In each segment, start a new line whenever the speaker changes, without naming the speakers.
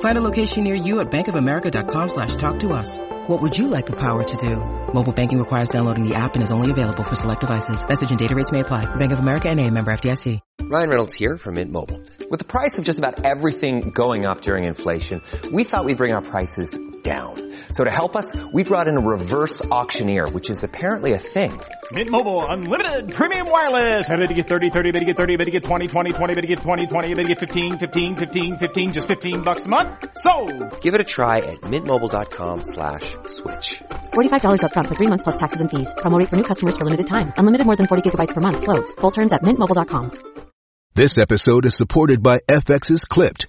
Find a location near you at bankofamerica.com slash talk to us. What would you like the power to do? Mobile banking requires downloading the app and is only available for select devices. Message and data rates may apply. Bank of America and a member FDIC.
Ryan Reynolds here from Mint Mobile. With the price of just about everything going up during inflation, we thought we'd bring our prices down. So to help us, we brought in a reverse auctioneer, which is apparently a thing.
Mint Mobile unlimited premium wireless. Ready to get 30, 30, bet you get 30, bet you get 20, 20, 20, bet you get 20, 20, bet you get 15, 15, 15, 15, just 15 bucks a month. So,
Give it a try at mintmobile.com slash switch.
$45 upfront for three months plus taxes and fees. Promo rate for new customers for limited time. Unlimited more than 40 gigabytes per month. Slows. Full terms at mintmobile.com.
This episode is supported by FX's Clipped,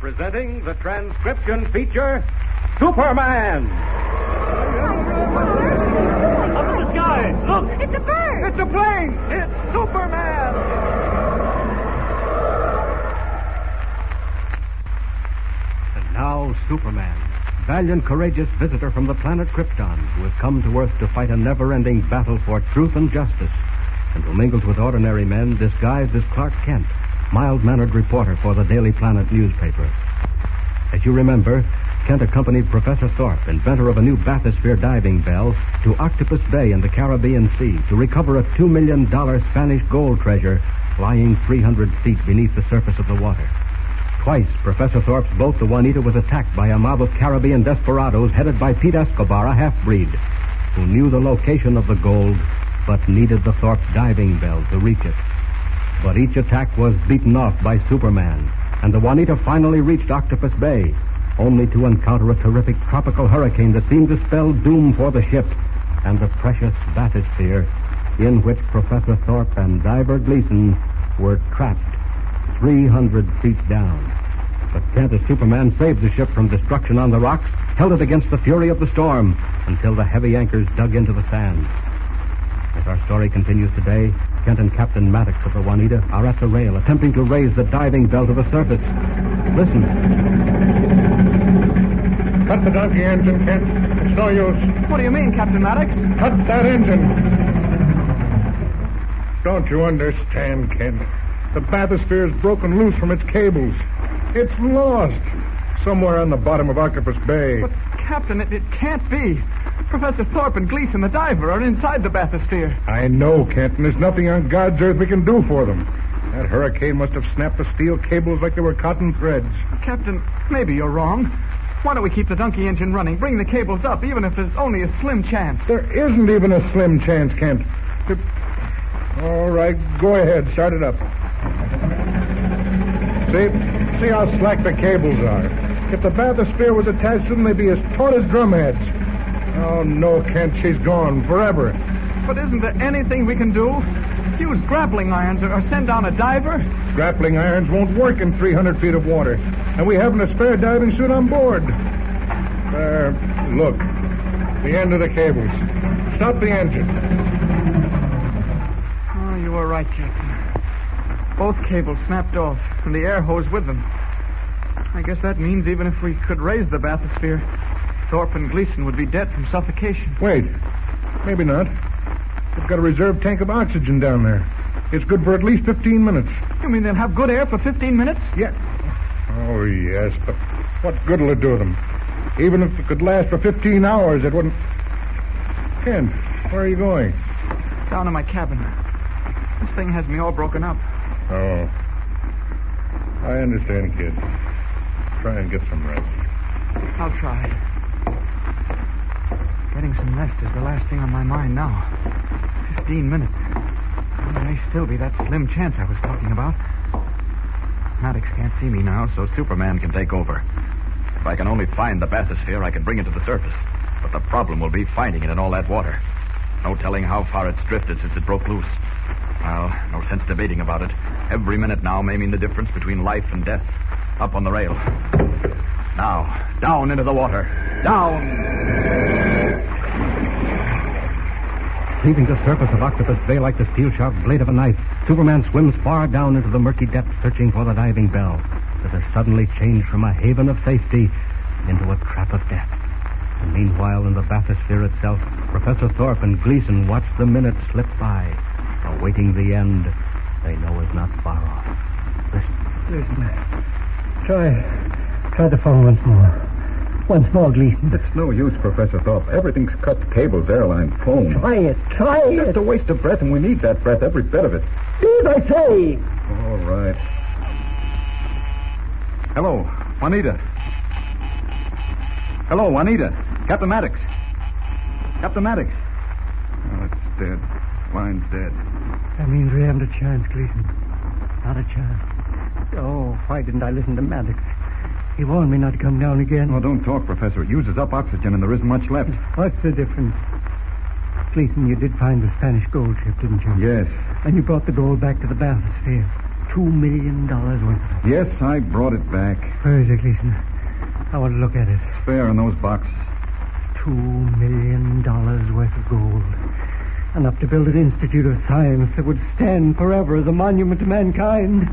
Presenting the transcription feature Superman! Up in the sky! Look! It's a bird! It's a plane! It's Superman! And now, Superman, valiant, courageous visitor from the planet Krypton, who has come to Earth to fight a never ending battle for truth and justice, and who mingles with ordinary men disguised as Clark Kent, mild mannered reporter for the Daily Planet newspaper. As you remember, Kent accompanied Professor Thorpe, inventor of a new bathysphere diving bell, to Octopus Bay in the Caribbean Sea to recover a $2 million Spanish gold treasure lying 300 feet beneath the surface of the water. Twice, Professor Thorpe's boat, the Juanita, was attacked by a mob of Caribbean desperados headed by Pete Escobar, a half breed, who knew the location of the gold but needed the Thorpe diving bell to reach it. But each attack was beaten off by Superman, and the Juanita finally reached Octopus Bay, only to encounter a terrific tropical hurricane that seemed to spell doom for the ship and the precious bathysphere in which Professor Thorpe and Diver Gleason were trapped 300 feet down. But Kent as Superman saved the ship from destruction on the rocks, held it against the fury of the storm until the heavy anchors dug into the sand. As our story continues today, Kent and Captain Maddox of the Juanita are at the rail attempting to raise the diving bell to the surface. Listen.
Cut the donkey engine, Kent. It's no use.
What do you mean, Captain Maddox?
Cut that engine. Don't you understand, Kent? The bathysphere is broken loose from its cables. It's lost. Somewhere on the bottom of Octopus Bay.
But, Captain, it, it can't be. Professor Thorpe and Gleason, the diver, are inside the bathysphere.
I know, Kent, and there's nothing on God's earth we can do for them. That hurricane must have snapped the steel cables like they were cotton threads.
Captain, maybe you're wrong. Why don't we keep the donkey engine running? Bring the cables up, even if there's only a slim chance.
There isn't even a slim chance, Kent. It- All right, go ahead. Start it up. See, see how slack the cables are. If the bathysphere was attached to them, they'd be as taut as drumheads. Oh, no, Kent. She's gone forever.
But isn't there anything we can do? Use grappling irons or, or send down a diver?
Grappling irons won't work in 300 feet of water, and we haven't a spare diving suit on board. There, look. The end of the cables. Stop the engine.
Oh, you were right, Captain. Both cables snapped off, and the air hose with them. I guess that means even if we could raise the bathysphere, Thorpe and Gleason would be dead from suffocation.
Wait. Maybe not. They've got a reserve tank of oxygen down there. It's good for at least 15 minutes.
You mean they'll have good air for 15 minutes?
Yeah. Oh, yes, but what good will it do them? Even if it could last for 15 hours, it wouldn't. Ken, where are you going?
Down in my cabin. This thing has me all broken up.
Oh. I understand, kid. Try and get some rest.
I'll try.
Getting some rest is the last thing on my mind now. Fifteen minutes. There may still be that slim chance I was talking about. Maddox can't see me now, so Superman can take over.
If I can only find the bathysphere, I can bring it to the surface. But the problem will be finding it in all that water. No telling how far it's drifted since it broke loose. Well, no sense debating about it. Every minute now may mean the difference between life and death. Up on the rail. Now, down into the water. Down!
Leaving the surface of Octopus Bay like the steel sharp blade of a knife, Superman swims far down into the murky depths searching for the diving bell that has suddenly changed from a haven of safety into a trap of death. And meanwhile, in the bathysphere itself, Professor Thorpe and Gleason watch the minutes slip by, awaiting the end they know is not far off. Listen.
Listen. Try, try the phone once more. Once more, Gleason.
It's no use, Professor Thorpe. Everything's cut cables, airline, phone.
Try it. Try
Just
it.
a waste of breath, and we need that breath, every bit of it.
Dude, I say.
All right. Hello, Juanita. Hello, Juanita. Captain Maddox. Captain Maddox. Oh, it's dead. Mine's dead.
That means we haven't a chance, Gleason. Not a chance. Oh, why didn't I listen to Maddox? He warned me not to come down again.
Oh, don't talk, Professor. It uses up oxygen, and there isn't much left.
What's the difference? Gleason, you did find the Spanish gold ship, didn't you?
Yes.
And you brought the gold back to the bathysphere. Two million dollars worth.
Yes, I brought it back.
Where is it, Gleason? I want to look at it.
Spare in those boxes.
Two million dollars worth of gold. Enough to build an institute of science that would stand forever as a monument to mankind.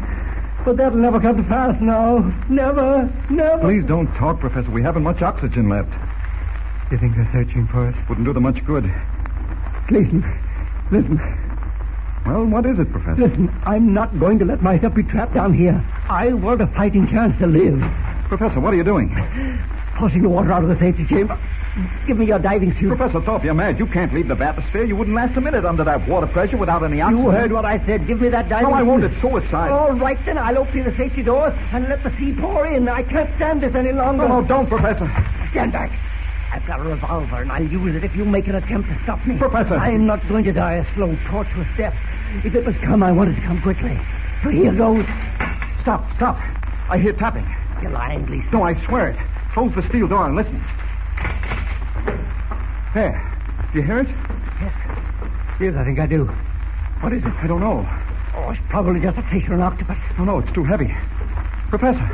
But that'll never come to pass now. Never, never.
Please don't talk, Professor. We haven't much oxygen left.
You think they're searching for us?
Wouldn't do them much good.
Gleason, listen,
Well, what is it, Professor?
listen. I'm not going to let myself be trapped down here. I want a fighting chance to live.
Professor, what are you doing?
Forcing the water out of the safety chamber. Give me your diving suit.
Professor Thorpe, you're mad. You can't leave the bathysphere. You wouldn't last a minute under that water pressure without any oxygen.
You heard what I said. Give me that diving
No, I
suit.
won't. It's suicide.
All right, then. I'll open the safety doors and let the sea pour in. I can't stand this any longer.
No, no, Oh, don't, Professor.
Stand back. I've got a revolver, and I'll use it if you make an attempt to stop me.
Professor.
I'm not going to die a slow, tortuous death. If it must come, I want it to come quickly. So here goes.
Stop, stop. I hear tapping.
You're lying, Gleason.
No, I swear it. Close the steel door and listen. There. Do you hear it?
Yes. Yes, I think I do. What is it?
I don't know.
Oh, it's probably just a fish or an octopus.
No, no, it's too heavy. Professor,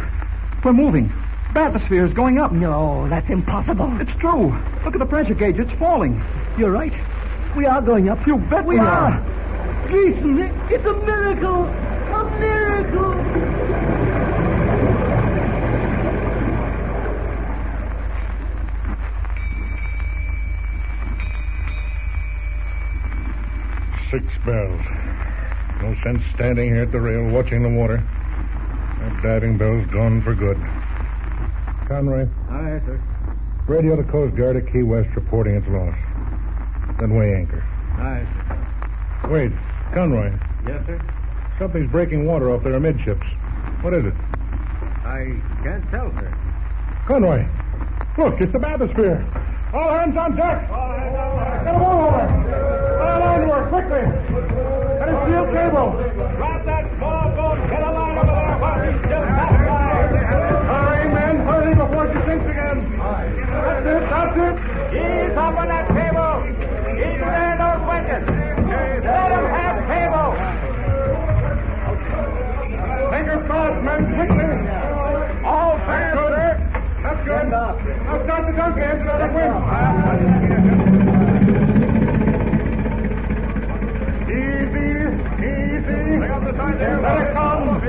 we're moving. Bathysphere is going up.
No, that's impossible.
It's true. Look at the pressure gauge. It's falling.
You're right. We are going up.
You bet
we
we
are.
are.
Gleason, it's a miracle. A miracle.
Six bells. No sense standing here at the rail watching the water. That diving bell's gone for good. Conroy. Aye, sir. Radio the Coast Guard at Key West reporting its loss. Then weigh anchor.
Aye,
Wait, Conroy.
Yes, sir.
Something's breaking water off there amidships. What is it?
I can't tell, sir.
Conroy. Look, it's the bathysphere. All hands on deck. All hands on deck. Get a boat over. All on to her, quickly. Cut a steel cable. Drop that small boat. Get a line over there while she's still capsized. Hurry, men. Hurry before she sinks again. That's it. That's it. Ease up on that cable. Ease there, those wenches. Let them have cable. Fingers crossed, men. Quickly. All fast, sir. That's good. Now start the dunk, Ed. Take wind. Easy, easy. Bring up the side there. Let it come.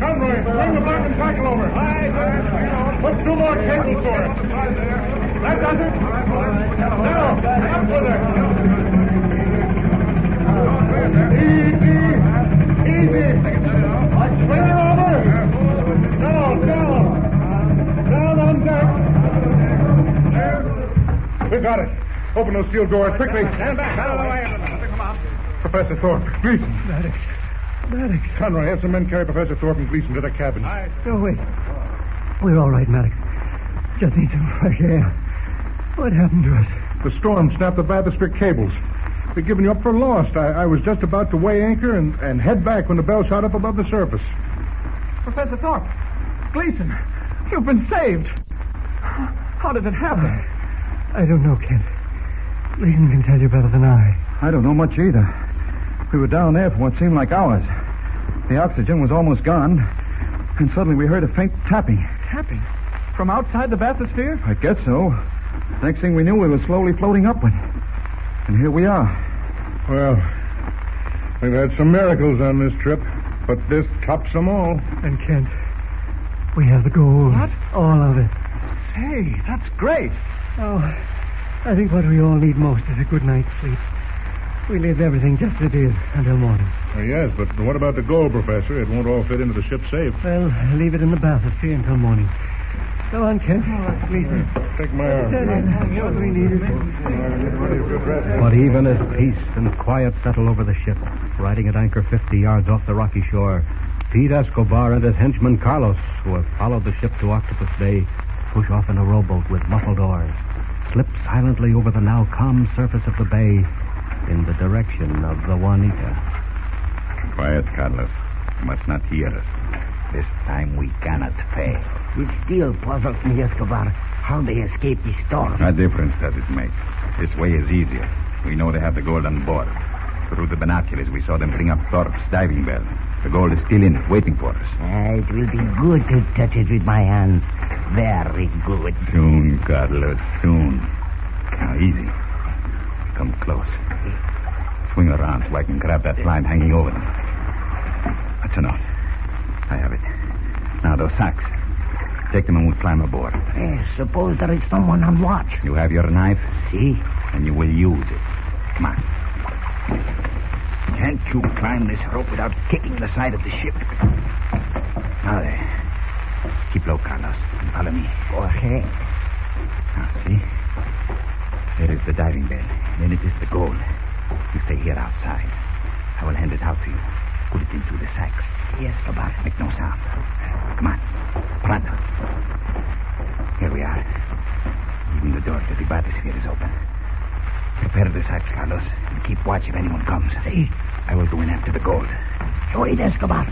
Conroy, bring the black and tackle over. Put two more cables for it. That does it. Now, up with her. Easy, easy. Bring her over. Down, down. Down on deck. We got it. Open those steel doors quickly. Stand back. Out of the way. Professor Thorpe, Gleason.
Maddox. Maddox.
Conroy, have some men carry Professor Thorpe and Gleason to their cabin.
No, wait. We're all right, Maddox. Just need some fresh air. What happened to us?
The storm snapped the balustrade cables. They're giving you up for lost. I, I was just about to weigh anchor and, and head back when the bell shot up above the surface.
Professor Thorpe, Gleason, you've been saved. How did it happen?
I don't know, Kent. Gleason can tell you better than I.
I don't know much either. We were down there for what seemed like hours. The oxygen was almost gone, and suddenly we heard a faint tapping.
Tapping? From outside the bathysphere?
I guess so. Next thing we knew, we were slowly floating upward. And here we are.
Well, we've had some miracles on this trip, but this tops them all.
And Kent, we have the gold.
What?
All of it.
Say, that's great.
Oh, I think what we all need most is a good night's sleep. We leave everything just as it is until morning.
Uh, yes, but what about the gold, Professor? It won't all fit into the ship's safe.
Well, leave it in the bathysphere until morning. Go on, Kent. Gleason.
Take my arm.
What do we need is-
But even as peace and quiet settled over the ship, riding at anchor 50 yards off the rocky shore, Pete Escobar and his henchman Carlos, who have followed the ship to Octopus Bay, push off in a rowboat with muffled oars, slip silently over the now calm surface of the bay in the direction of the Juanita.
Quiet, Carlos. You must not hear us. This time we cannot fail.
It still puzzles me, Escobar, how they escaped the storm.
What difference does it make? This way is easier. We know they have the gold on board. Through the binoculars, we saw them bring up Thorpe's diving bell. The gold is still in it, waiting for us.
Ah, it will be good to touch it with my hands. Very good.
Soon, Carlos, soon. Now, easy. Come close. Swing around so I can grab that line hanging over them. That's enough. I have it. Now, those sacks. Take them and we'll climb aboard.
Eh, suppose there is someone on watch.
You have your knife?
See?
And you will use it. Come on. Can't you climb this rope without kicking the side of the ship? Now there. Keep low, Carlos. Follow me.
Go ahead.
Now, see? There is the diving bell. Then it is the gold. You stay here outside. I will hand it out to you. Put it into the sacks.
Yes, Escobar.
Make no sound. Come on. Pronto. Here we are. Even the door to the bathysphere is open. Prepare the sacks, Carlos, and keep watch if anyone comes.
See?
I will go in after the gold.
Wait, Escobar.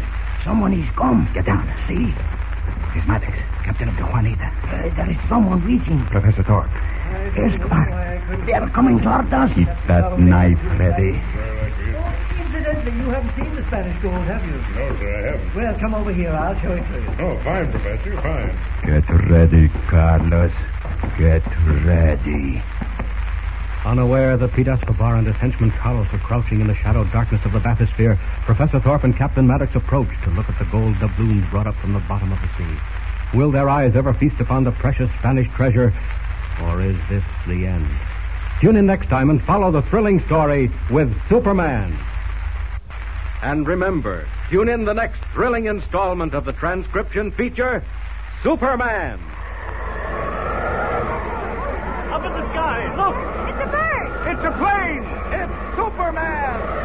Someone is come.
Get down.
See?
This Maddox, captain of the Juanita.
Eh, there is someone reaching.
Professor Thorpe.
Escobar, they are coming toward us.
Keep that knife ready.
Incidentally, you haven't seen the Spanish gold, have you?
No, sir, I haven't.
Well, come over here. I'll show it to you.
Oh, fine, Professor, fine.
Get ready, Carlos. Get ready.
Unaware that Pete Escobar and his henchman Carlos were crouching in the shadowed darkness of the bathysphere, Professor Thorpe and Captain Maddox approached to look at the gold doubloons brought up from the bottom of the sea. Will their eyes ever feast upon the precious Spanish treasure, or is this the end? Tune in next time and follow the thrilling story with Superman. And remember, tune in the next thrilling installment of the transcription feature, Superman.
Up in the sky, look! It's a bird! It's a plane! It's Superman!